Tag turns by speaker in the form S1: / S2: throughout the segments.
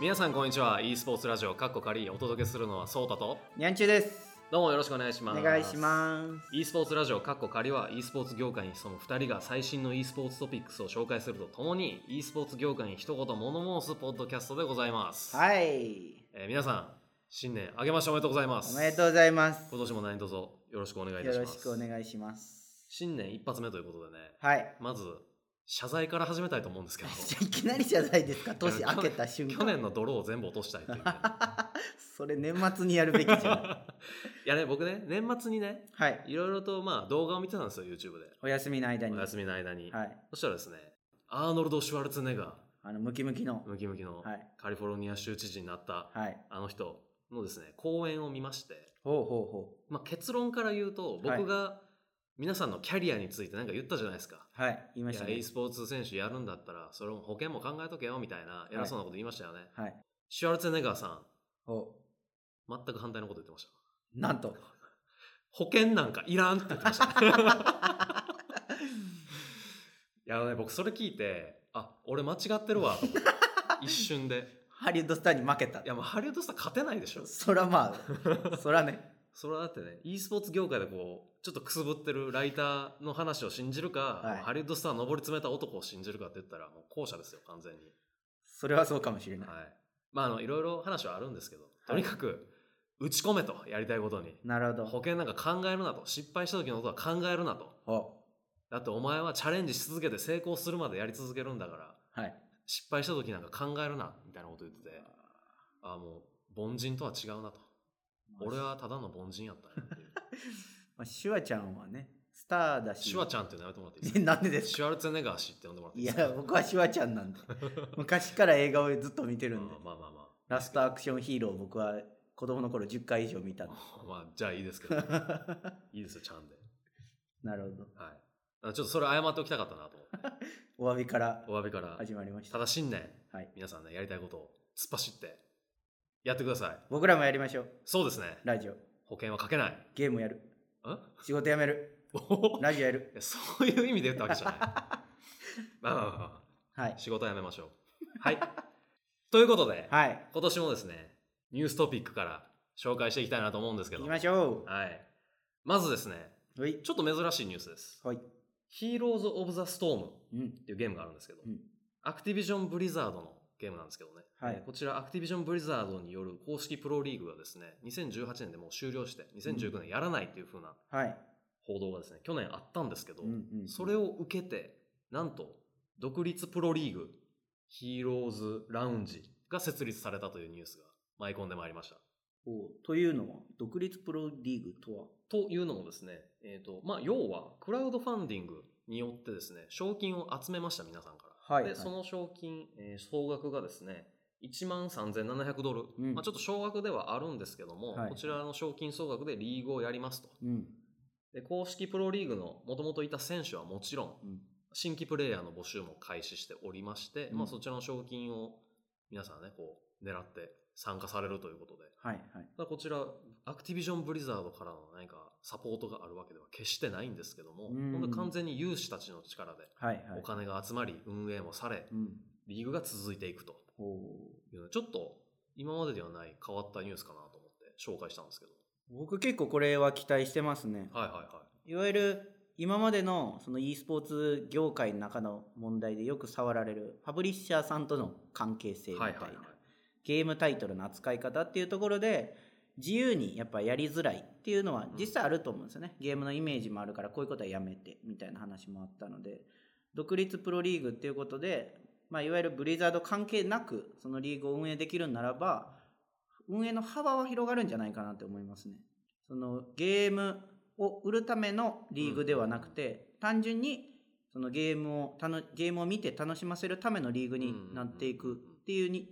S1: 皆さんこんにちは e スポーツラジオカッコカリお届けするのはソータと
S2: にゃんちゅうです。
S1: どうもよろしくお願いし
S2: お
S1: ます
S2: 願いします。
S1: e スポーツラジオカッコカリは e スポーツ業界にその2人が最新の e スポーツトピックスを紹介するとともに e スポーツ業界に一言物申すポッドキャストでございます、
S2: はい。
S1: えー皆さん新年明けましておめでとうございます
S2: おめでとうございます。
S1: 今年も何卒よろしくお願いいた
S2: よ
S1: し
S2: ろ
S1: ます
S2: しくお願いします。
S1: 新年一発目ということでね
S2: はい。
S1: まず謝罪から始めたいと思うんですけど
S2: じゃあいきなりじゃないですか。年
S1: 去年
S2: 明けた瞬間。
S1: 去年の泥を全部落としたいというね、
S2: それ年末にやるべきじゃ ない。
S1: いやね僕ね年末にね
S2: はい。
S1: いろいろとまあ動画を見てたんですよ YouTube で
S2: お休みの間に。
S1: お休みの間に、
S2: はい。
S1: そしたらですねアーノルド・シュワルツェネッガー
S2: あのムキムキの。
S1: ムキムキの
S2: はい。
S1: カリフォルニア州知事になった
S2: はい。
S1: あの人のですね講演を見まして、
S2: ほうほうほ
S1: まあ、結論から言うと
S2: はい
S1: 僕が皆さんのキャリアについて何か言ったじゃないですか、
S2: う。はい。言いま
S1: い
S2: した
S1: や
S2: ね
S1: e。スポーツ選手やるんだったらそれも保険も考えとけよみたいな偉そうなこと言いましたよね、
S2: はい。
S1: シュワルツェネッガーさん
S2: ほ
S1: 全く反対のこと言ってました
S2: う。なんと。
S1: 保険なんかいらんって言ってました、 ね、いやあのね僕それ聞いてあ俺間違ってるわと思って一瞬で
S2: ハリウッドスターに負けた
S1: い。やもうハリウッドスター勝てないでしょ
S2: そらまあ、そらね。
S1: それはだってね e スポーツ業界でこうちょっとくすぶってるライターの話を信じるか、
S2: はい
S1: ハリウッドスター上り詰めた男を信じるかって言ったらもう後者ですよ完全に
S2: それはそうかもしれない。
S1: はいまああのいろいろ話はあるんですけどとにかく打ち込めとやりたいことに
S2: なるほど。
S1: 保険なんか考えるなと失敗した時のことは考えるなと
S2: ほ
S1: だってお前はチャレンジし続けて成功するまでやり続けるんだから
S2: う。はい。
S1: 失敗した時なんか考えるなみたいなこと言っててああもう凡人とは違うなと俺はただの凡人やったんやっていう
S2: まあ、シュワちゃんはね、スターだし。
S1: シュワちゃんっていうのやめてもらっていいです
S2: え なんでで
S1: か
S2: すか
S1: シュワルツェネッガー氏って呼んでもらってい
S2: い
S1: い
S2: や
S1: ですか、
S2: 僕はシュワちゃんな んで。昔から映画をずっと見てるんで。
S1: まあまあま
S2: ラストアクションヒーローを僕は子供の頃10回以上 見たんで。
S1: あまあまあじゃあいいです けどいいですよちゃんで
S2: なるほど。
S1: はいあちょっとそれ謝っておきたかったなと思って
S2: お詫びから
S1: お詫びから
S2: 始まりましたた。
S1: だ新年
S2: はい。
S1: 皆さんねやりたいことを突っ走ってやってください
S2: 僕らもやりましょう。
S1: そうですね
S2: ラジオ。
S1: 保険はかけない
S2: ゲームやる。
S1: ん
S2: 仕事やめる。
S1: お
S2: ラジオやる。
S1: いやそういう意味で言ったわけ じゃない。まあまあまあま
S2: はい
S1: あ、。仕事はやめましょう。はい。ということで、
S2: はい。
S1: 今年もですね、ニューストピックから紹介していきたいなと思うんですけ
S2: 行
S1: ど、
S2: きましょ
S1: はい。まずですね、
S2: う。はい。
S1: ちょっと珍しいニュースです。
S2: はい。
S1: ヒーローズ・オブ・ザ・ストーム
S2: うん。
S1: っていうゲームがあるんですけど、
S2: うん
S1: アクティビジョン・ブリザードのゲームなんですけどね、
S2: はい
S1: えーこちらアクティビジョン・ブリザードによる公式プロリーグがですね、2018年でもう終了して、2019年やらないっていう風な
S2: はい。
S1: 報道がですね、去年あったんですけど、
S2: うんうん
S1: それを受けて、なんと、独立プロリーグ、ヒーローズラウンジが設立されたというニュースが舞い込んでまいりました。
S2: おというのは、独立プロリーグとは
S1: というのもですね、えーとまあ、要は、クラウドファンディングによってですね、賞金を集めました、皆さんから。
S2: はい
S1: で、その賞金、えー総額がですね、1万3700ドル、
S2: うん
S1: まあ、ちょっと少額ではあるんですけども、
S2: はい
S1: こちらの賞金総額でリーグをやりますと。
S2: うん。
S1: で公式プロリーグのもともといた選手はもちろん、
S2: うん。
S1: 新規プレイヤーの募集も開始しておりまして、
S2: うん
S1: まあ、そちらの賞金を皆さんねこう狙って参加されるということで
S2: はい。は
S1: だ
S2: い。
S1: からこちらアクティビジョン・ブリザードからの何かサポートがあるわけでは決してないんですけども
S2: うん
S1: 本当に完全に有志たちの力で
S2: はい。は
S1: お
S2: い。
S1: 金が集まり運営もされ
S2: うん。
S1: リーグが続いていくと
S2: ほう。
S1: いうのはちょっと今までではない変わったニュースかなと思って紹介したんですけど
S2: 僕結構これは期待してますね。
S1: はいはいはい
S2: わゆる今までのその e スポーツ業界の中の問題でよく触られるパブリッシャーさんとの関係性
S1: い
S2: みた
S1: はいい
S2: な
S1: はいはい
S2: ゲームタイトルの扱い方っていうところで自由にやっぱやりづらいっていうのは実際あると思うんですよね、ゲームのイメージもあるからこういうことはやめてみたいな話もあったので独立プロリーグっていうことで、まあ、いわゆるブリザード関係なくそのリーグを運営できるならば運営の幅は広がるんじゃないかなって思いますねそのゲームを売るためのリーグではなくて、単純にそのゲームをたのゲームを見て楽しませるためのリーグになっていくっていうに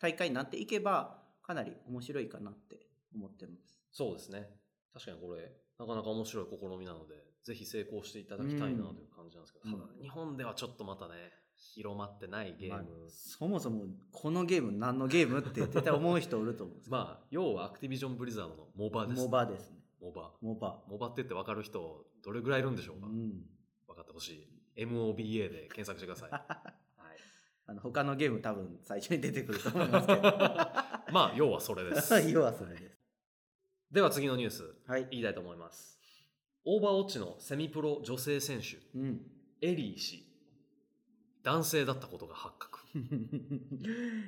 S2: 大会になっていけばかなり面白いかなって思ってます。
S1: そうですね。確かにこれ、なかなか面白い試みなので、ぜひ成功していただきたいなという感じなんですけど、
S2: うん
S1: ただ、日本ではちょっとまたね、広まってないゲー
S2: まあ
S1: ム。
S2: そもそもこのゲーム何のゲームって絶対思う人おると思うんですけど
S1: まあ、要はアクティビジョンブリザードのモバです、
S2: モバですね。
S1: モバ。
S2: モバ。
S1: モバってって分かる人、どれぐらいいるんでしょう
S2: う
S1: か、
S2: ん。
S1: 分かってほしい。MOBA で検索してください。はい、
S2: あの他のゲーム多分最初に出てくると思いますけど
S1: まあ要はそれ です
S2: 要はそれです
S1: では次のニュース
S2: はい、
S1: 言いたいと思いますオーバーウォッチのセミプロ女性選手
S2: うん、
S1: エリー氏男性だったことが発 覚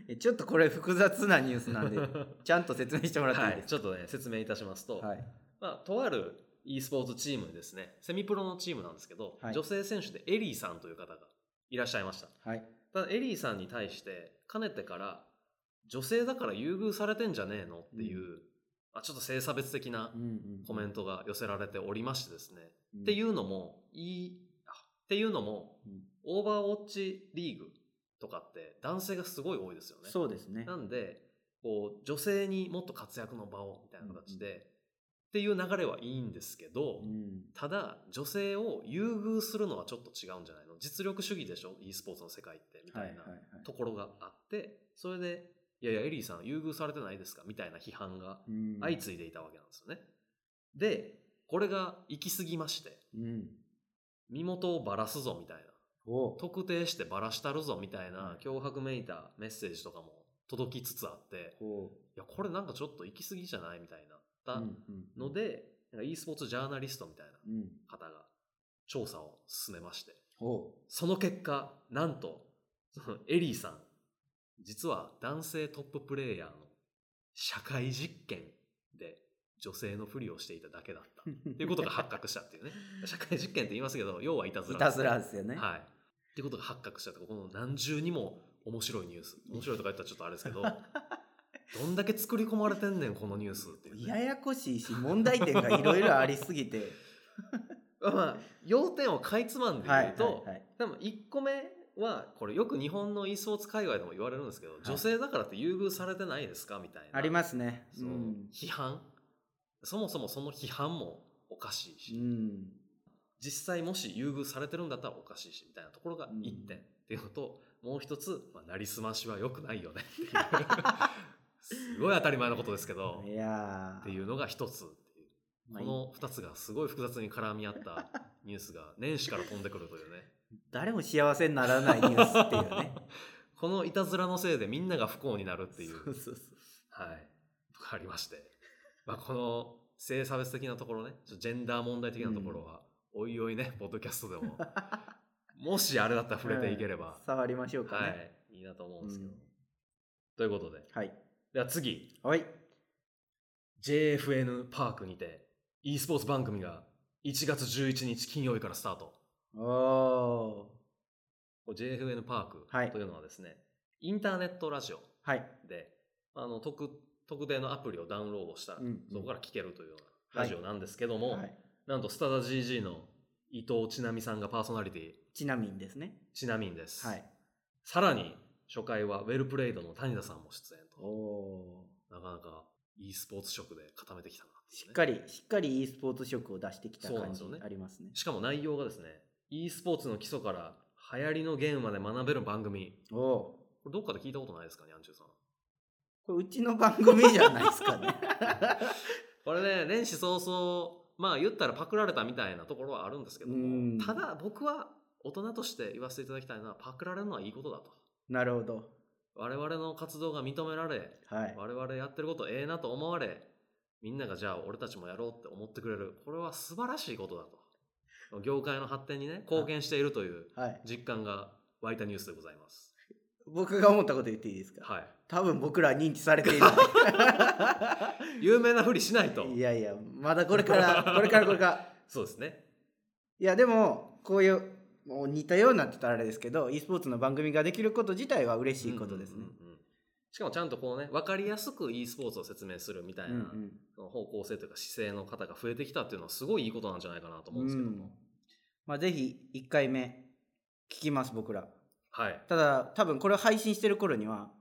S2: えちょっとこれ複雑なニュー スなんでちゃんと説明してもらっていい
S1: は
S2: で
S1: い、
S2: す
S1: ちょっとね説明いたしますと、
S2: かはい
S1: まあ、とある e スポーツチームですねセミプロのチームなんですけど、
S2: はい
S1: 女性選手でエリーさんという方がいらっしゃいました
S2: はい
S1: ただエリーさんに対してかねてから女性だから優遇されてんじゃねえのっていう、まあ、ちょっと性差別的な
S2: うんうん
S1: コメントが寄せられておりましてですね、
S2: うん
S1: っていうのもいいあっていうのも
S2: うん
S1: オーバーウォッチリーグとかって男性がすごい多いですよね
S2: そうですね
S1: なんでこう女性にもっと活躍の場をみたいな形で、っていう流れはいいんですけど、
S2: うん
S1: ただ女性を優遇するのはちょっと違うんじゃないの実力主義でしょ e スポーツの世界ってみた
S2: はいはいい
S1: な
S2: はい
S1: ところがあってそれで「いやいやエリーさん優遇されてないですか?」みたいな批判が
S2: うん
S1: 相次いでいたわけなんですよね。でこれが行き過ぎまして
S2: うん
S1: 身元をばらすぞみたいな
S2: お
S1: 特定してばらしたるぞみたい
S2: は
S1: ない脅迫めいたメッセージとかも届きつつあって
S2: こ
S1: いやこれなんかちょっと行き過ぎじゃないみたいになっ
S2: う
S1: た
S2: うん
S1: ので、なんか e スポーツジャーナリストみたいな
S2: うん
S1: 方が調査を進めまして
S2: お
S1: その結果なんとそのエリーさん実は男性トッププレイヤーの社会実験で女性のふりをしていただけだったって いうことが発覚したっていうね社会実験って言いますけど要はいたず
S2: い
S1: ら
S2: たずらですよね、
S1: はい。ってことが発覚したとこの何重にも面白いニュース面白いとか言ったらちょっとあれですけど どんだけ作り込まれてんねんこのニュースっていう、
S2: や
S1: ね、
S2: やこしいし問題点がいろいろありす ぎて
S1: まあ要点をかいつまんで言うと、
S2: はいはい
S1: でも1個目はこれよく日本の e スポーツ界隈でも言われるんですけど、女性だからって優遇されてないですかみたいな
S2: ありますね
S1: そう、
S2: ん
S1: 批判そもそもその批判もおかしいし、
S2: うん
S1: 実際もし優遇されてるんだったらおかしいしみたいなところが
S2: うん
S1: 1点っていうのと、もう一つ、まあ、なりすましは良くないよねっていう すごい当たり前のことですけど
S2: いやー
S1: っていうのが一つっていう
S2: まあ
S1: この2つがすごい複雑に絡み合ったニュースが年始から飛んでくるというね
S2: 誰も幸せにならないニュースっていうね
S1: このいたずらのせいでみんなが不幸になるっていう
S2: そうそうそう
S1: はいとかありまして、まあ、この性差別的なところねちょっとジェンダー問題的なところは、おいおいねポッドキャストでも もしあれだったら触れていければ
S2: うん、触りましょうか
S1: は
S2: ね
S1: い、いいなと思うんですけど。
S2: うん
S1: ということで、
S2: はい
S1: では次、
S2: はい、
S1: JFN パークにて、e スポーツ番組が1月11日金曜日からスタート。
S2: おお
S1: これ JFN パ
S2: は
S1: ー
S2: い
S1: クというのはですね、インターネットラジオ
S2: ーはい
S1: で、あの特特定のアプリをダウンロードしたら、
S2: うん
S1: そこから聞けるというような
S2: は
S1: ラ
S2: い
S1: ジオなんですけども、
S2: はい
S1: なんとスタダ GG の伊藤千奈美さんがパーソナリティ、
S2: ちなみにですね
S1: ちなみんです。
S2: はい
S1: さらに、初回はウェルプレイドの谷田さんも出演と。
S2: おお
S1: なかなか e スポーツ色で固めてきたなっていうね、
S2: しっかりしっかり e スポーツ色を出してきた
S1: そうなん
S2: 感
S1: です
S2: じ
S1: よね
S2: ありますね
S1: しかも内容がですね e スポーツの基礎から流行りのゲームまで学べる番組
S2: おお
S1: これどっかで聞いたことないですかねアンチューさん
S2: ーこれうちの番組じゃないですか ね
S1: これね年始早々まあ言ったらパクられたみたいなところはあるんですけど
S2: うん
S1: もただ僕は大人として言わせていただきたいのはパクられるのはいいことだと
S2: なるほど
S1: 我々の活動が認められ
S2: はい
S1: 我々やってることええなと思われみんながじゃあ俺たちもやろうって思ってくれるこれは素晴らしいことだと業界の発展にね貢献しているという
S2: はい
S1: 実感が湧いたニュースでございます
S2: 僕が思ったこと言っていいですか
S1: は
S2: 多分僕らは認知されていない
S1: 有名なふりしないと
S2: いいやいやまだこれ からこれからこれから
S1: そうですね
S2: いやでもこういうもう似たようなって言ったらあれですけど e スポーツの番組ができること自体は嬉しいことですね
S1: うんうんうんしかもちゃんとこうね分かりやすく e スポーツを説明するみたい
S2: うんう
S1: なんその方向性というか姿勢の方が増えてきたっていうのはすごいいいことなんじゃないかなと思うんですけども、
S2: うんまあぜひ1回目聞きます僕ら
S1: はい
S2: ただ多分これを配信してる頃には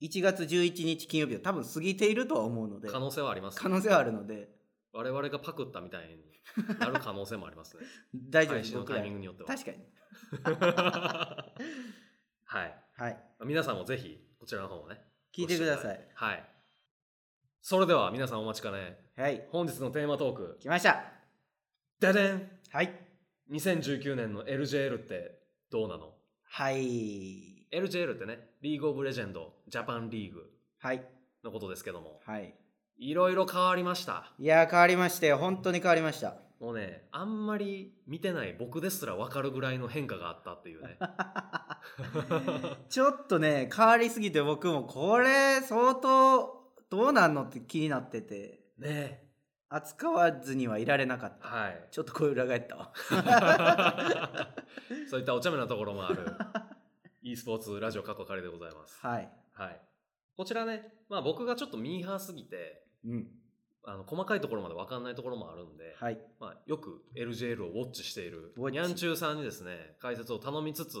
S2: 1月11日金曜日は多分過ぎているとは思うので
S1: 可能性はあります、
S2: 可能性はあるので
S1: 我々がパクったみたいになる可能性もありますね
S2: 大丈夫で
S1: 配
S2: す
S1: 信の
S2: 僕
S1: タイ
S2: ら
S1: ミングによっては
S2: 確かに
S1: はい
S2: はい
S1: 皆さんもぜひこちらの方もね
S2: 聞いてくだ
S1: ご視
S2: さ
S1: 聴ただ
S2: い
S1: いてはいそれでは皆さんお待ちかね
S2: はい
S1: 本日のテーマトーク
S2: 来ました
S1: ででん
S2: はい
S1: 2019年の LJL ってどうなの
S2: はい
S1: ?LJL LJL ってね、リーグオブレジェンド、ジャパンリーグ
S2: はい。
S1: のことですけども、
S2: はい。
S1: いろいろ変わりました。
S2: いやー、変わりましたよ。本当に変わりました。
S1: もうね、あんまり見てない僕ですら分かるぐらいの変化があったっていう ね。
S2: ちょっとね、変わりすぎて僕もこれ相当どうなんのって気になってて、
S1: ねえ。
S2: 扱わずにはいられなかった。
S1: はい。
S2: ちょっと声裏返ったわ。
S1: そういったお茶目なところもある e スポーツラジオ過去仮でございます。
S2: はい。
S1: はい。こちらね、まあ僕がちょっとミーハーすぎて、
S2: うん。
S1: あの細かいところまで分かんないところもあるんで、
S2: はい。
S1: まあ、よく LJL をウォッチしている
S2: ウォッチ
S1: にゃんちゅうさんにですね解説を頼みつつ、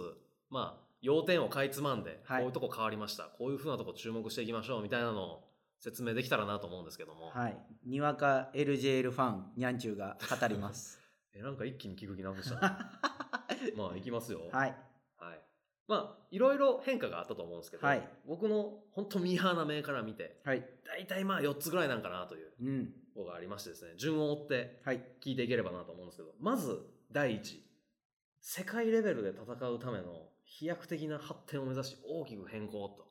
S1: まあ、要点をかいつまんで、
S2: はい
S1: こういうとこ変わりましたこういうふうなとこ注目していきましょうみたいなのを説明できたらなと思うんですけども、
S2: はい。にわか LJL ファン、にゃんちゅうが語り ます。
S1: えなんか一気に聞く気なくした なまあいきますよ
S2: は
S1: は
S2: い。
S1: いまあいろいろ変化があったと思うんですけど、
S2: はい
S1: 僕の本当ミーハーな目から見て
S2: はい。
S1: 大体まあ4つぐらいなんかなという
S2: うん。
S1: 方がありましてですね順を追って
S2: はい。
S1: 聞いていければなと思うんですけどまず第一世界レベルで戦うための飛躍的な発展を目指し大きく変更と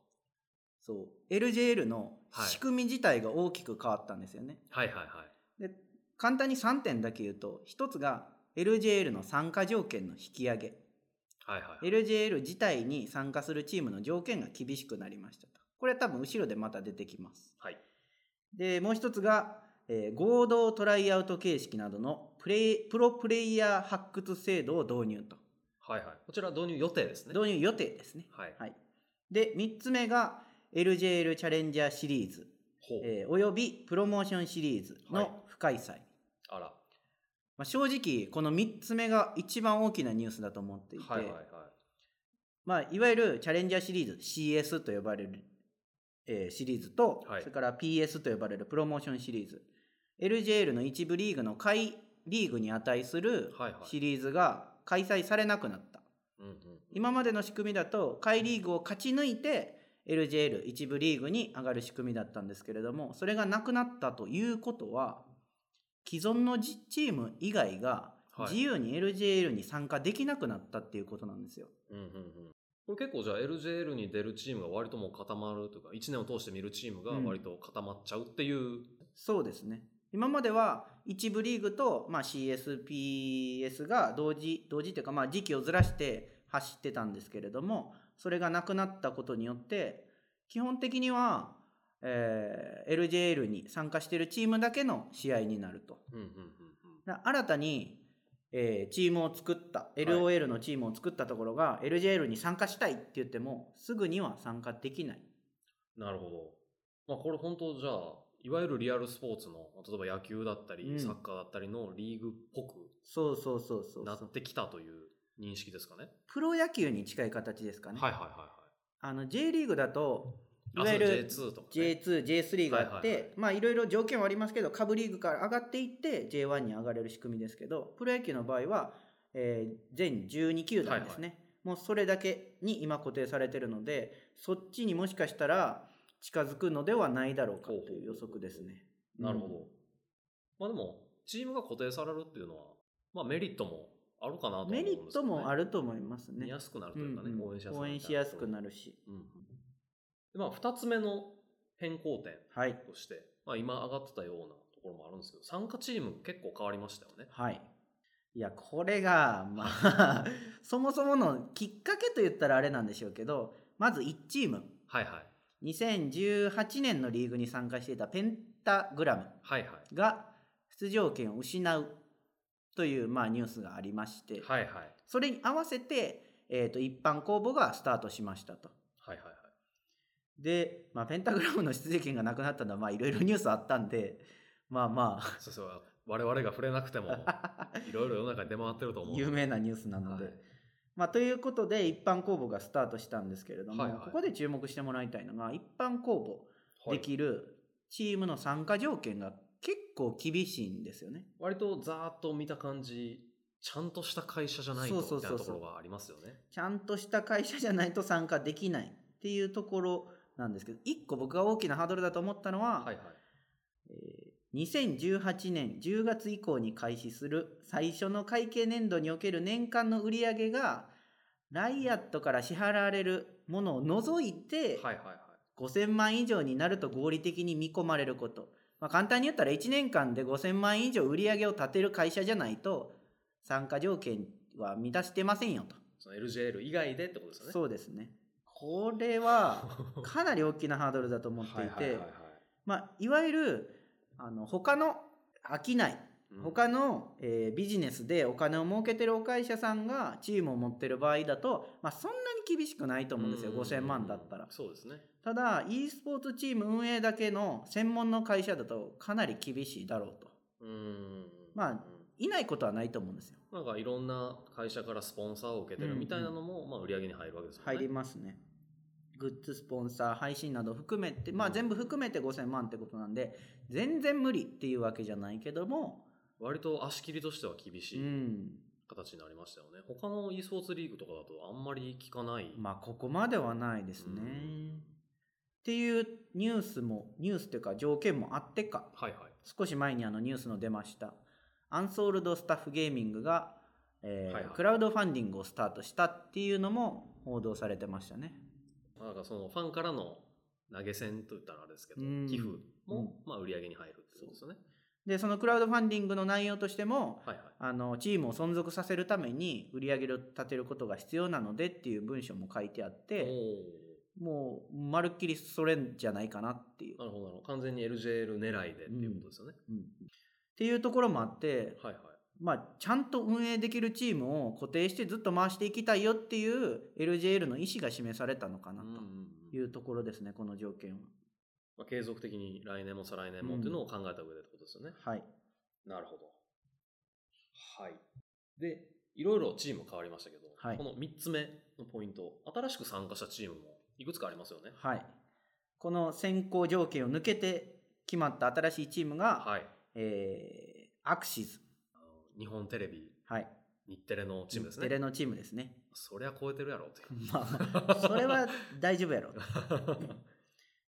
S2: そう。LJL の
S1: はい
S2: 仕組み自体が大きく変わったんですよね。
S1: はいはいはい
S2: で、簡単に3点だけ言うと、1つが LJL の参加条件の引き上げ。
S1: はいはいはい
S2: LJL 自体に参加するチームの条件が厳しくなりましたと。これは多分後ろでまた出てきます。
S1: はい
S2: で、もう一つが、えー合同トライアウト形式などのプレイプロプレイヤー発掘制度を導入と。
S1: はいはいこちら導入予定ですね
S2: 導入予定ですね。
S1: はい
S2: はい。で、三つ目が LJL チャレンジャーシリーズ、
S1: ほう、
S2: えーおよびプロモーションシリーズ
S1: はい
S2: の不開催。
S1: あら
S2: まあ、正直、この三つ目が一番大きなニュースだと思っていて、
S1: はいはいはい
S2: まあ、いわゆるチャレンジャーシリーズ CS と呼ばれる、えーシリーズと、
S1: はい
S2: それから PS と呼ばれるプロモーションシリーズ LJL の一部リーグの下位リーグに値する
S1: はいはい
S2: シリーズが開催されなくなった、
S1: うんうん
S2: 今までの仕組みだと下位リーグを勝ち抜いて LJL 一部リーグに上がる仕組みだったんですけれどもそれがなくなったということは既存のじチーム以外が
S1: はい
S2: 自由に LJL に参加できなくなったっていうことなんですよ。
S1: うんうんうんこれ結構じゃあ LJL に出るチームが割ともう固まるというか1年を通して見るチームが割と固まっちゃうっていう、
S2: そうですね。今までは一部リーグと、まあ、CSPS が同時同時というか、まあ、時期をずらして走ってたんですけれどもそれがなくなったことによって基本的には、えー LJL に参加しているチームだけの試合になると。
S1: うんうんうんうん
S2: だ新たに、えーチームを作った LOL のチームを作ったところが、LJL に参加したいって言ってもすぐには参加できない。
S1: なるほど。まあこれ本当じゃあ、いわゆるリアルスポーツの、例えば野球だったり、
S2: うん
S1: サッカーだったりのリーグっぽく
S2: そうそうそうそうそう
S1: なってきたという認識ですかね。
S2: プロ野球に近い形ですかね。
S1: はいはいはい
S2: あの J リーグだとい
S1: はい。
S2: わゆる
S1: あそう J2 とか、ね。
S2: J2、J3 があっ
S1: はいはいは
S2: て
S1: い
S2: まあいろいろ条件はありますけど下部リーグから上がっていって J1 に上がれる仕組みですけどプロ野球の場合は、えー全12球団ですね、もうそれだけに今固定されてるのでそっちにもしかしたら近づくのではないだろうかという予測ですね。
S1: なるほ
S2: う
S1: ど
S2: ん。
S1: まあでも、チームが固定されるっていうのは、まあメリットもあるかなと思うんです
S2: メ
S1: けど、
S2: リットもあ
S1: る、
S2: ると思いますね。
S1: 見やすくなるというかね、
S2: うんうん
S1: 応援しやすくな
S2: 応
S1: る
S2: 援しやすくなるし。
S1: うんうん。でまあ2つ目の変更点
S2: はい。
S1: として、まあ今上がってたようなところもあるんですけど、参加チーム結構変わりましたよね。
S2: はい。いや、これが、まあ、 そもそものきっかけと言ったらあれなんでしょうけど、まず1チーム、
S1: はいはい。
S2: 2018年のリーグに参加していたペンタグラム
S1: はいはい。
S2: が出場権を失うという、まあ、ニュースがありまして、
S1: はいはい。
S2: それに合わせて、えー、と一般公募がスタートしましたと。
S1: はいはいはい。
S2: で、まあ、ペンタグラムの出場権がなくなったのは、まあ、いろいろニュースあったんで、まあま あ、
S1: そうそう。我々が触れなくても、いろいろ世の中に出回ってると思う。
S2: 有名なニュースなので。まあ、ということで一般公募がスタートしたんですけれども、
S1: はいはい
S2: ここで注目してもらいたいのが一般公募
S1: はい
S2: できるチームの参加条件が結構厳しいんですよね。
S1: 割とざーっと見た感じ、ちゃんとした会社じゃないと
S2: そうそう
S1: みたい
S2: そうそう
S1: なところがありますよね。
S2: ちゃんとした会社じゃないと参加できないっていうところなんですけど一個僕が大きなハードルだと思ったのは、
S1: はいはい。
S2: えー2018年10月以降に開始する最初の会計年度における年間の売り上げがライアットから支払われるものを除いて、
S1: はいはいはい。
S2: 5000万以上になると合理的に見込まれること、まあ、簡単に言ったら1年間で5000万以上売り上げを立てる会社じゃないと参加条件は満たしてませんよと
S1: その LJL 以外でってことですよね。
S2: そうですねこれはかなり大きなハードルだと思ってい
S1: はいはい
S2: て
S1: はいはい
S2: まあいわゆるあの他の商い
S1: うん
S2: 他の、えービジネスでお金を儲けてるお会社さんがチームを持ってる場合だと、まあ、そんなに厳しくないと思うんですよ5000万だったら
S1: そうですね。
S2: ただ e スポーツチーム運営だけの専門の会社だとかなり厳しいだろうと
S1: うーん。
S2: まあ
S1: うん
S2: いないことはないと思うんですよ
S1: なんかいろんな会社からスポンサーを受けてるみたいなのも、まあ売り上げに入るわけですよね。
S2: 入りますねグッズスポンサー配信など含めてまあ
S1: うん
S2: 全部含めて5000万ってことなんで全然無理っていうわけじゃないけども
S1: 割と足切りとしては厳
S2: う
S1: しい
S2: ん
S1: 形になりましたよね。他の e スポーツリーグとかだとあんまり聞かない。
S2: まあここまではないですね
S1: うん
S2: っていうニュースもニュースっていうか条件もあってか
S1: はいはい。
S2: 少し前にあのニュースの出ましたアンソールドスタッフゲーミングが、えー
S1: はいはい
S2: クラウドファンディングをスタートしたっていうのも報道されてましたね
S1: まあなんかそのファンからの投げ銭といったらあれですけど、
S2: うん
S1: 寄付も、まあ売り上げに入るってことですよね。
S2: でそのクラウドファンディングの内容としても
S1: はいはい。
S2: あのチームを存続させるために売り上げを立てることが必要なのでっていう文章も書いてあって
S1: お
S2: もうまるっきりそれじゃないかなっていう、
S1: ーなるほどなるほど。完全に LJL 狙いでっていうことですよね。
S2: うんっていうところもあって、
S1: はいはい。
S2: まあ、ちゃんと運営できるチームを固定してずっと回していきたいよっていう LJL の意思が示されたのかな
S1: うんうん
S2: と
S1: うん
S2: いうところですね、この条件は。
S1: まあ、継続的に来年も再来年もっていうのを考えた上でってことですよね。
S2: はい、
S1: なるほど。はい。で、いろいろチーム変わりましたけど、
S2: はい
S1: この3つ目のポイント、新しく参加したチームもいくつかありますよね。
S2: はい、この選考条件を抜けて決まった新しいチームが、
S1: はい。
S2: えーアクシズ、
S1: あの日本テレビ、
S2: はい、
S1: 日テレのチームです
S2: テレ
S1: ね。
S2: のチームです ね。
S1: そりゃ超えてるやろっていう。
S2: まあ、それは大丈夫やろ。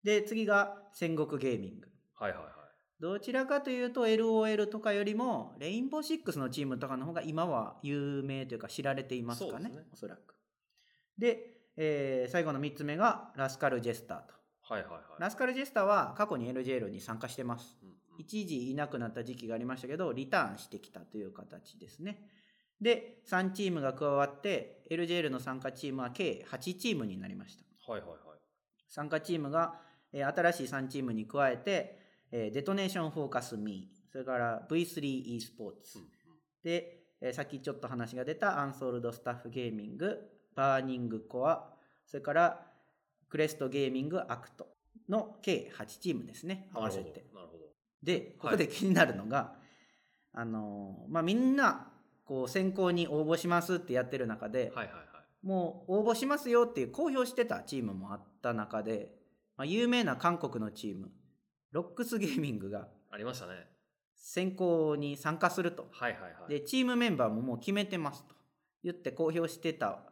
S2: で、次が戦国ゲーミング。
S1: はいはいはい。
S2: どちらかというと LOL とかよりもレインボーシックスのチームとかの方が今は有名というか知られていますか
S1: そう
S2: ね
S1: ですね
S2: おそらく。で、えー最後の3つ目がラスカルジェスターと。
S1: はいはいはい。
S2: ラスカルジェスターは過去に LJL に参加してます。
S1: うんうん
S2: 一時いなくなった時期がありましたけどリターンしてきたという形ですね。で3チームが加わって LJL の参加チームは計8チームになりました。
S1: はいはいはい。
S2: 参加チームが、えー新しい3チームに加えて、えーデトネーションフォーカスミーそれから V3e スポーツ、
S1: うんうん
S2: で、えーさっきちょっと話が出たアンソールドスタッフゲーミングバーニングコアそれからクレストゲーミングアクトの計8チームですね合わせて
S1: なるほど。
S2: でここで気になるのが、あのーまあみんなこう選考に応募しますってやってる中で、
S1: はいはいはい。
S2: もう応募しますよっていう公表してたチームもあった中で、まあ、有名な韓国のチームロックスゲーミングが
S1: ありましたね。
S2: 選考に参加すると
S1: はいはいはい。
S2: でチームメンバーももう決めてますと言って公表してた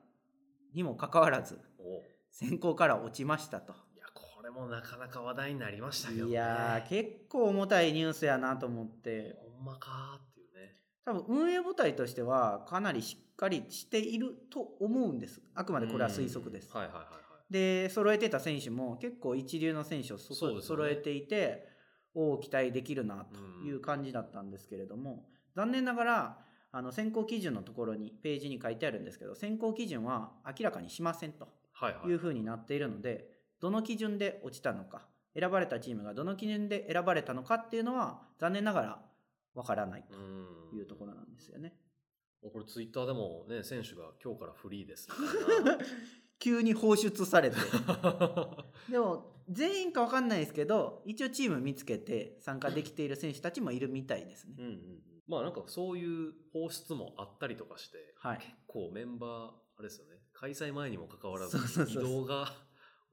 S2: にもかかわらず
S1: お
S2: 選考から落ちましたと
S1: いや、これもなかなか話題になりましたけど、ね。
S2: いやー結構重たいニュースやなと思って
S1: ほんまかーっていうね。
S2: 多分運営母体としてはかなりしっかりしていると思うんですあくまでこれは推測です
S1: うんはいはいはいはい。
S2: で揃えてた選手も結構一流の選手をそこ
S1: そうですよね
S2: 揃えていておお期待できるなという感じだったんですけれども、残念ながらあの選考基準のところにページに書いてあるんですけど選考基準は明らかにしませんと
S1: はいはい。
S2: いうふうになっているので、どの基準で落ちたのか選ばれたチームがどの基準で選ばれたのかっていうのは残念ながらわからないと
S1: ん
S2: いうところなんですよね。
S1: これツイッターでもね、選手が今日からフリー ですみたい
S2: 急に放出されて
S1: な。
S2: でも全員か分かんないですけど一応チーム見つけて参加できている選手たちもいるみたいですね。
S1: うんうんうんまあなんかそういう放出もあったりとかして、
S2: はい、
S1: こうメンバー、あれですよね、開催前にもかかわらず
S2: そうそ
S1: 移
S2: う、そうそう
S1: 動が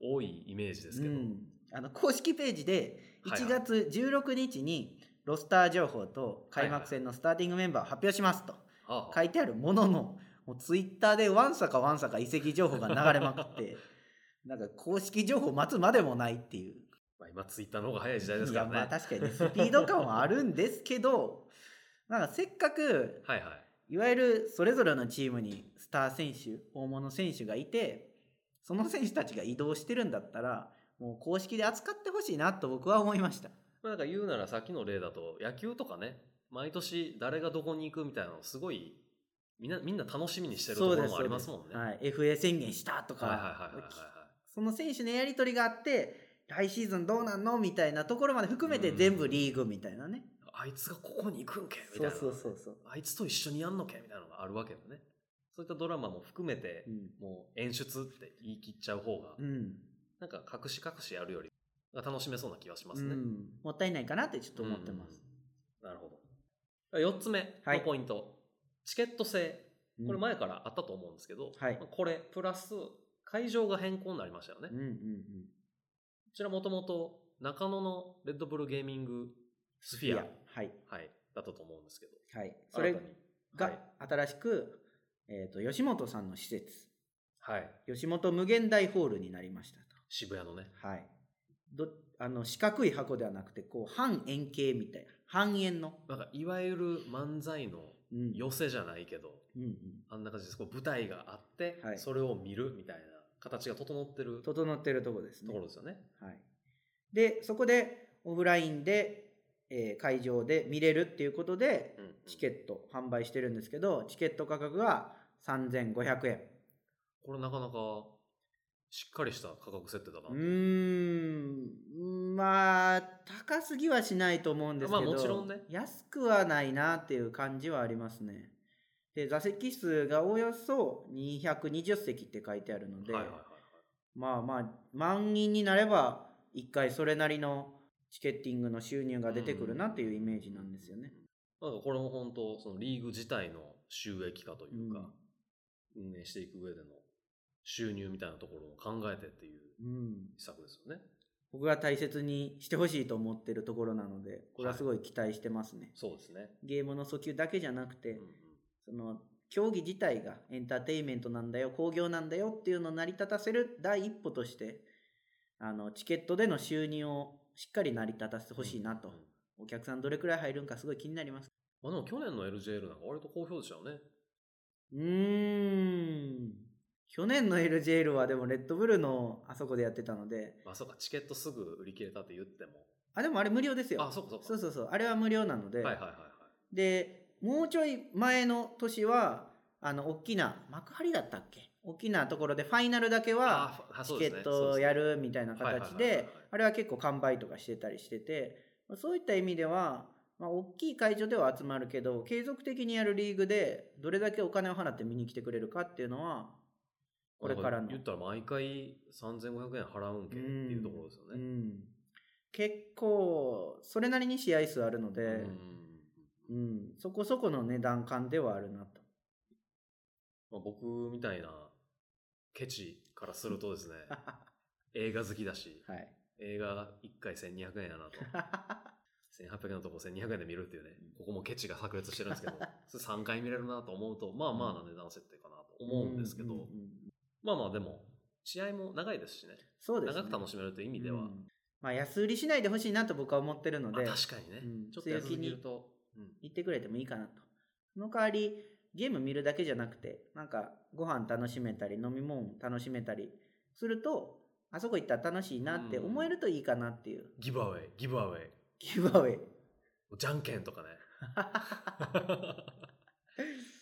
S1: 多いイメージですけど、
S2: うんあの公式ページで
S1: はい
S2: 1月16日にロスター情報と開幕戦のスターティングメンバーを発表しますと
S1: ああ
S2: 書いてあるもののもうツイッターでわんさかわんさか移籍情報が流れまくって なんか公式情報待つまでもないっていう。
S1: まあ、今ツイッターの方が早い時代ですからね。
S2: いやまあ確かにねスピード感はあるんですけどなんかせっかく
S1: はいはい。
S2: いわゆるそれぞれのチームにスター選手大物選手がいてその選手たちが移動してるんだったら、もう公式で扱ってほしいなと僕は思いました。
S1: まあ、なんか言うならさっきの例だと野球とかね毎年誰がどこに行くみたいなのすごいみんなみんな楽しみにしてるところもありますもんね。はい
S2: はい、FA 宣言したとか、
S1: はいはいはいは
S2: その選手のやり取りがあって、来シーズンどうなんのみたいなところまで含めて
S1: うん
S2: 全部リーグみたいなね。
S1: い。あいつがここに行くんけみたいな、
S2: うそう。
S1: あいつと一緒にやんのけみたいなのがあるわけだね。そういったドラマも含めて、
S2: うん。
S1: もう演出って言い切っちゃう方が、
S2: うん。
S1: なんか隠し隠しやるより楽しめそうな気がしま
S2: う
S1: すね。
S2: ん、もったいないかなってちょっと思ってます。
S1: うん。なるほど。4つ目のポイント、チケット制。
S2: うん
S1: これ前からあったと思うんですけど、
S2: はい
S1: まあこれプラス会場が変更になりましたよね。
S2: うん
S1: こ
S2: うん
S1: ちらもともと中野のレッドブルゲーミングス
S2: うん。
S1: フィア、
S2: はい。
S1: はい、だったと思うんですけど、
S2: はい。それ
S1: 新たに
S2: が新しく、えっ、と、吉本さんの施設、
S1: はい、はい、
S2: 吉本無限大ホールになりましたと。
S1: 渋谷のね、
S2: はい。どあの四角い箱ではなくて、こう、半円形みたいな。半円の。
S1: なんかいわゆる漫才の
S2: うん
S1: 寄せじゃないけど、
S2: うんうん。
S1: あんな感じです。こう舞台があって、
S2: はい
S1: それを見るみたいな形が整ってると
S2: 整ってるとこですね。
S1: ころですよね。
S2: はい、でそこでオフラインで、えー会場で見れるっていうことで
S1: うんうん
S2: チケット販売してるんですけどチケット価格が3500円
S1: これなかなかしっかりした価格設定だな
S2: うーんまあ高すぎはしないと思うんですけど、
S1: まあもちろんね
S2: 安くはないなっていう感じはありますねで座席数がおよそ220席って書いてあるので、
S1: はいはいはいはい。
S2: まあまあ満員になれば一回それなりのチケッティングの収入が出てくるなっていうイメージなんですよね。
S1: なんかこれも本当、そのリーグ自体の収益化というか、運営していく上での収入みたいなところを考えてっていう
S2: うん、
S1: 施策ですよね。
S2: 僕が大切にしてほしいと思ってるところなのでこれはすごい期待してますね。
S1: そうですね。
S2: ゲームの訴求だけじゃなくて、
S1: うんうん
S2: その競技自体がエンターテインメントなんだよ興行なんだよっていうのを成り立たせる第一歩としてあのチケットでの収入をしっかり成り立たせてほしいなと、
S1: うんうん
S2: お客さんどれくらい入るんかすごい気になります。
S1: まあでも去年の LJL なんか割と好評でしたよね。
S2: うーん。去年の LJL はでもレッドブルのあそこでやってたので、
S1: まあそうか、チケットすぐ売り切れたって言っても。
S2: あ、でもあれ無料ですよ。
S1: あ、そうかそうか。
S2: そうそうそう。あれは無料なので、
S1: はいはいはいはい。
S2: で、もうちょい前の年は、あの、大きな、幕張だったっけ大きなところでファイナルだけは、
S1: ああ
S2: チ
S1: そう
S2: ケ
S1: ですね
S2: ットをやるみたいな
S1: そうですね
S2: 形
S1: はいはいはい
S2: で
S1: はいはい、
S2: あれは結構完売とかしてたりしてて、そういった意味では、まあ、大きい会場では集まるけど、継続的にやるリーグで、どれだけお金を払って見に来てくれるかっていうのは、これからの
S1: 言ったら毎回3500円払うんけっていうところですよ
S2: う
S1: ね。
S2: ん結構それなりに試合数あるの
S1: うん
S2: で、うんそこそこの値段感ではあるなと。
S1: まあ、僕みたいなケチからすると ですね、映画好きだし、
S2: はい、
S1: 映画1回1200円やなと。1800円のとこ1200円で見るっていうね、ここもケチが炸裂してるんですけ ど、それ3回見れるなと思うと、まあまあな値段設定かなと思うんですけど、
S2: ううんうん
S1: まあまあでも、試合も長いですしね、
S2: そうです、ね、
S1: 長く楽しめるという意
S2: み
S1: 味では、
S2: まあ、安売りしないでほしいなと僕は思ってるの
S1: まあ
S2: で、
S1: 確かにね、
S2: うん
S1: ちょっと安すぎると、うん
S2: 行ってくれてもいいかなと。その代わり、ゲーム見るだけじゃなくて、なんか、ご飯楽しめたり、飲み物楽しめたりすると、あそこ行ったら楽しいなって思えるといいかなっていう、
S1: ギブアウェイ、ギブアウェイ、
S2: ギブアウェイ。
S1: じゃんけんと かね。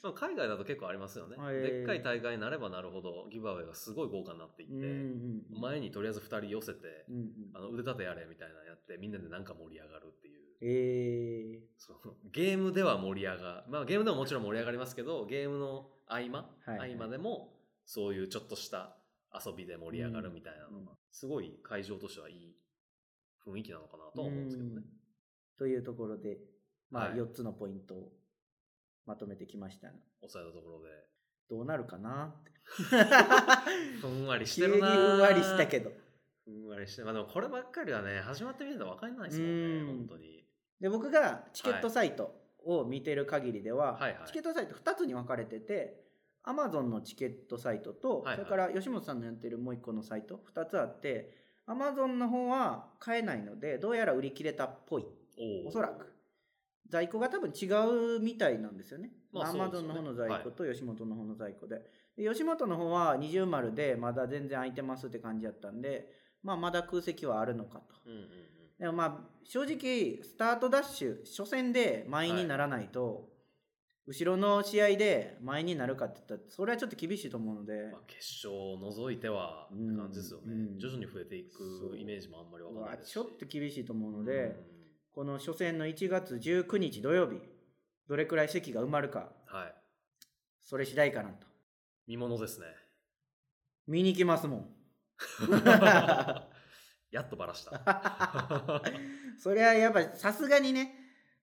S1: まあ海外だと結構ありますよね。
S2: はい
S1: でっかい大会になればなるほど、ギブアウェイがすごい豪華になっていって、
S2: うんうん、
S1: 前にとりあえず2人寄せて、
S2: うんうん、
S1: あの腕立てやれみたいなのやって、みんなでなんか盛り上がるっていう。
S2: ええ
S1: そのゲームでは盛り上がまあゲームでももちろん盛り上がりますけどゲームの合間、
S2: はいはい
S1: 合間でもそういうちょっとした遊びで盛り上がるみたいなのが、
S2: うん
S1: すごい会場としてはいい雰囲気なのかなとは思うんですけどね。
S2: というところで、まあ、
S1: はい
S2: 4つのポイントをまとめてきましたが、
S1: 抑えたところで。
S2: どうなるかなって。
S1: ふんわり して
S2: 急
S1: る
S2: に
S1: なー
S2: ふんわりしたけど。
S1: ふんわりしてまあでもこればっかりはね始まってみないと分かんないですもん
S2: う
S1: ね
S2: ん
S1: 本当に
S2: で、僕がチケットサイトを見てる限りでは、
S1: はいはい
S2: チケットサイト2つに分かれてて、アマゾンのチケットサイトと、
S1: はいはい
S2: それから吉本さんのやってるもう1個のサイト、2つあって、アマゾンの方は買えないので、どうやら売り切れたっぽい。
S1: おー
S2: おそらく。在庫が多分違うみたいなんですよね。
S1: まあ
S2: ア
S1: そう
S2: マ
S1: です
S2: ゾ
S1: よ
S2: ン
S1: ね
S2: の方の在庫と吉本の方の在庫で。で吉本の方は二重丸でまだ全然空いてますって感じだったんで、まあまだ空席はあるのかと。
S1: うんうんうん
S2: でもまあ正直スタートダッシュ初戦で満員にならないと、後ろの試合で満員になるかって言ったらそれはちょっと厳しいと思うので、
S1: まあ、決勝を除いてはっ
S2: う
S1: て
S2: ん
S1: 感じですよね、
S2: うん
S1: 徐々に増えてい
S2: そ
S1: く
S2: う
S1: イメージもあんまりわかん
S2: ま
S1: な
S2: あ
S1: いですし
S2: ちょっと厳しいと思うので、この初戦の1月19日土曜日どれくらい席が埋まるか
S1: うんはい
S2: それ次第かなと
S1: 見もの ですね
S2: 見に行きますもん
S1: やっとバラした
S2: そりゃやっぱさすがにね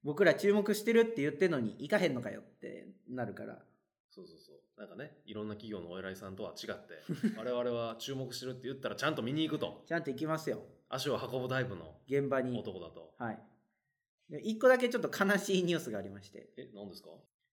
S2: 僕ら注目してるって言ってんのに行かへんのかよってなるから
S1: そうそうそう。なんかね、いろんな企業のお偉いさんとは違って、我々は注目してるって言ったらちゃんと見に行くと。
S2: ちゃんと行きますよ
S1: 足を運ぶタイプの
S2: 現場に
S1: 男だと。
S2: はいで1個だけちょっと悲しいニュースがありまして
S1: え、何ですか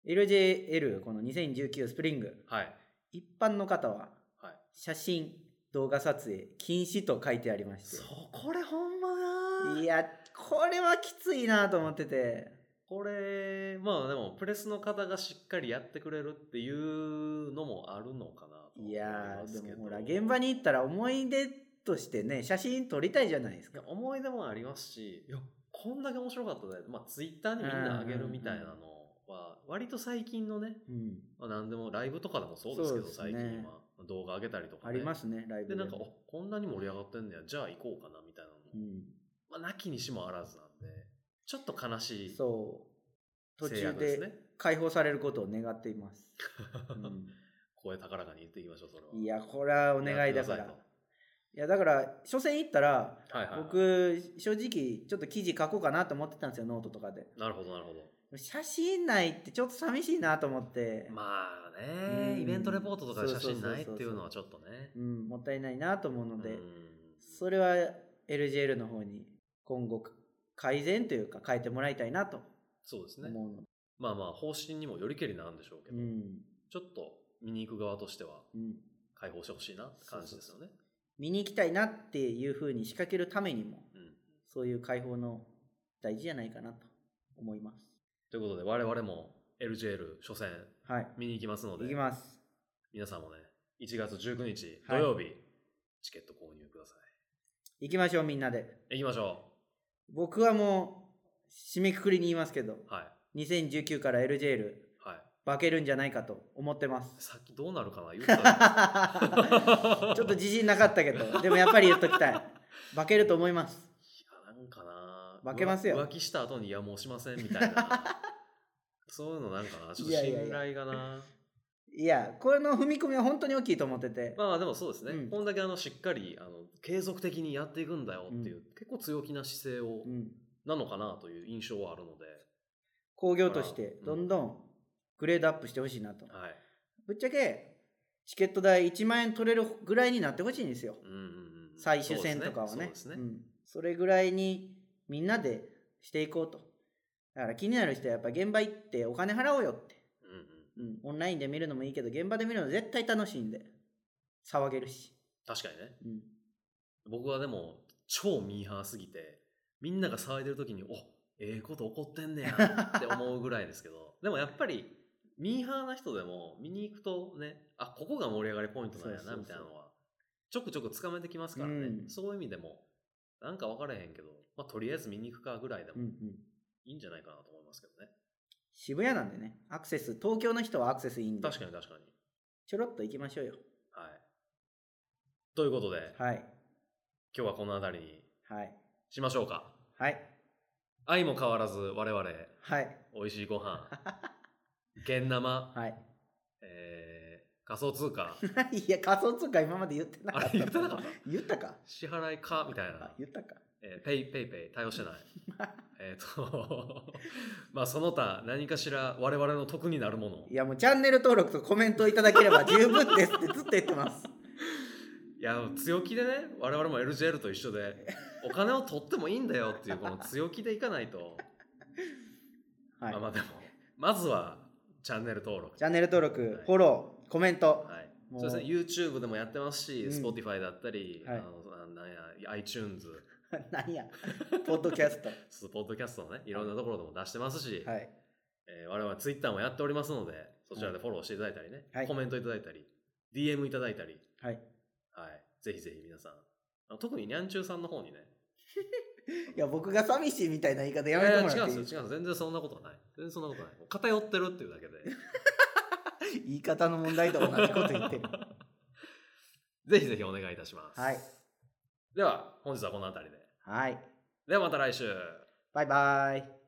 S2: LJL この2019スプリング
S1: はい。
S2: 一般の方は
S1: はい
S2: 写真動画撮影禁止と書いてありまして
S1: そう、これほんまない
S2: やこれはきついなと思ってて
S1: これ、まあでも、プレスの方がしっかりやってくれるっていうのもあるのかなと思
S2: い
S1: い
S2: や
S1: ます
S2: ー
S1: け
S2: で
S1: ど。
S2: もほら現場に行ったら思い出としてね写真撮りたいじゃないです
S1: い
S2: か
S1: や思い出もありますし、いや、こんだけ面白かったね。まあ、ツイッターにみんなあげるみたいなのは、割と最近のね、
S2: うん
S1: まあ、何でもライブとかでもそうですけど、
S2: そう
S1: 最
S2: ですね
S1: 近は動画上げたりとか、ね、
S2: ありますねライ
S1: で
S2: ブでも
S1: なんかおこんなに盛り上がってんねやじゃあ行こうかなみたいなのも、
S2: うん
S1: まあ、なきにしもあらずなんでちょっと悲しい
S2: そう途
S1: 制
S2: 中
S1: 約です
S2: で
S1: ね
S2: 解放されることを願って います、う
S1: 声高らかに言っていきましょうそれは
S2: んいやこれはお願いだか
S1: や
S2: ら
S1: って
S2: いやだから初戦行ったら
S1: くださいとはいはい、はい、
S2: 僕正直ちょっと記事書こうかなと思ってたんですよノートとかで
S1: なるほどなるほど
S2: 写真ないってちょっと寂しいなと思って、
S1: まあね、
S2: うん
S1: イベントレポートとかで写真ないっ
S2: そうそうそうそう
S1: ていうのはちょっとね
S2: うん、もったいないなと思うので、
S1: うん
S2: それは LJL の方に今後改善というか変えてもらいたいなと
S1: そうですね
S2: 思うの、
S1: まあまあ方針にもよりけりなんでしょうけ
S2: う
S1: ど、
S2: ん
S1: ちょっと見に行く側としては
S2: うん、
S1: 解放してほしいなって感じですよね
S2: 見に行きたいなっていうふうに仕掛けるためにも
S1: うん
S2: そういう解放の大事じゃないかなと思います
S1: ということで我々も LJL 初戦
S2: はい
S1: 見に行きますので
S2: 行きます
S1: 皆さんもね、1月19日土曜日、チケット購入くださ
S2: 行きましょうみんなで
S1: い。行きましょ
S2: 僕はもう締めくくりに言いますけど
S1: う。はい。
S2: 2019から LJL
S1: はい。
S2: 化けるんじゃないかと思ってます
S1: さっきどうなるかな言ったら
S2: ちょっと自信なかったけどでもやっぱり言っときたい化けると思います
S1: いやなんかな
S2: 負けますよ
S1: 浮浮気した後にいやもうしませんみたいな。 そういうのなんかな。ちょっと
S2: いやいやいや
S1: 信頼がな。
S2: いやこれの踏み込みは本当に大きいと思ってて、
S1: まあでもそうですね。
S2: うん
S1: こんだけあのしっかりあの継続的にやっていくんだよっていう、
S2: う
S1: 結構強気な姿勢を、
S2: うん、
S1: なのかなという印象はあるので、
S2: 工業として
S1: うん
S2: どんどんグレードアップしてほしいなと、
S1: はい。
S2: ぶっちゃけチケット代1万円取れるぐらいになってほしいんですよ、
S1: うんうんうん。
S2: 最終戦とかは
S1: そう
S2: ね
S1: ですね。
S2: うん、それぐらいにみんなでしていこうとだから気になる人はやっぱ現場行ってお金払おうよって、
S1: そうですねうんうん。
S2: うん、オンラインで見るのもいいけど現場で見るの絶対楽しいんで騒げるし、
S1: 確かにね。
S2: うん、
S1: 僕はでも超ミーハーすぎてみんなが騒いでる時におええこと起こってんねやって思うぐらいですけ どでもやっぱりミーハーな人でも見に行くとねあここが盛り上がりポイントなんや
S2: そうそ
S1: な
S2: うそう
S1: みたいなのはちょくちょくつかめてきますからね、
S2: うん
S1: そういう意味でもなんか分からへんけど、まあ、とりあえず見に行くかぐらいで
S2: うんう
S1: も
S2: ん
S1: いいんじゃないかなと思いますけどね、
S2: 渋谷なんでねアクセス東京の人はアクセスいいんで
S1: 確かに確かに
S2: ちょろっと行きましょうよ
S1: はいということで、
S2: はい
S1: 今日はこの辺りに
S2: はい
S1: しましょうか
S2: はい
S1: 愛も変わらず我々
S2: はい
S1: 美味しいご飯現生、
S2: はい
S1: えー仮想通貨
S2: いや仮想通貨今まで言ってなか
S1: あ
S2: った
S1: れ言ってなかった
S2: 言ったか
S1: 支払いかみたい
S2: あ
S1: な、
S2: 言ったか
S1: えーペイペイペイ対応して ないえっと まあその他何かしら我々の得になるもの
S2: い
S1: い
S2: やもうチャンネル登録とコメントいただければ十分ですってずっと言ってます
S1: や強気でね我々も LJL と一緒でお金を取ってもいいんだよっていうこの強気でいかないと、
S2: はい
S1: まあまあでもまずはチャンネル登録
S2: チャンネル登録、
S1: はい
S2: フォローコメント
S1: はい、
S2: も
S1: そう
S2: う
S1: ですね YouTube でもやってますし、
S2: うん
S1: Spotify だったり、
S2: はい
S1: あのななんや iTunes
S2: 何や、ポッドキャスト。
S1: そうポッドキャストのね、いろんなところでも出してますし、
S2: はい。
S1: えー我々ツイッターもやっておりますので、そちらでフォローしていただいたりね、
S2: はい
S1: コメントいただいたり、DM いただいたり、
S2: はい。
S1: はい、ぜひぜひ皆さん、あの特ににゃんちゅうさんの方にね、
S2: いや、僕が寂しいみたいな言い方やめ
S1: い
S2: て
S1: やい
S2: も
S1: や違
S2: ら
S1: う
S2: っ
S1: ん
S2: て
S1: で
S2: い
S1: す
S2: い
S1: よ、違うんです。全然そんなことはない。全然そんなことない。もう偏ってるっていうだけ で。
S2: 言い方の問題と同じこと言ってる。
S1: ぜひぜひお願いいたします。
S2: はい。
S1: では、本日はこの辺りで。
S2: はい。
S1: ではまた来週。
S2: バイバイ。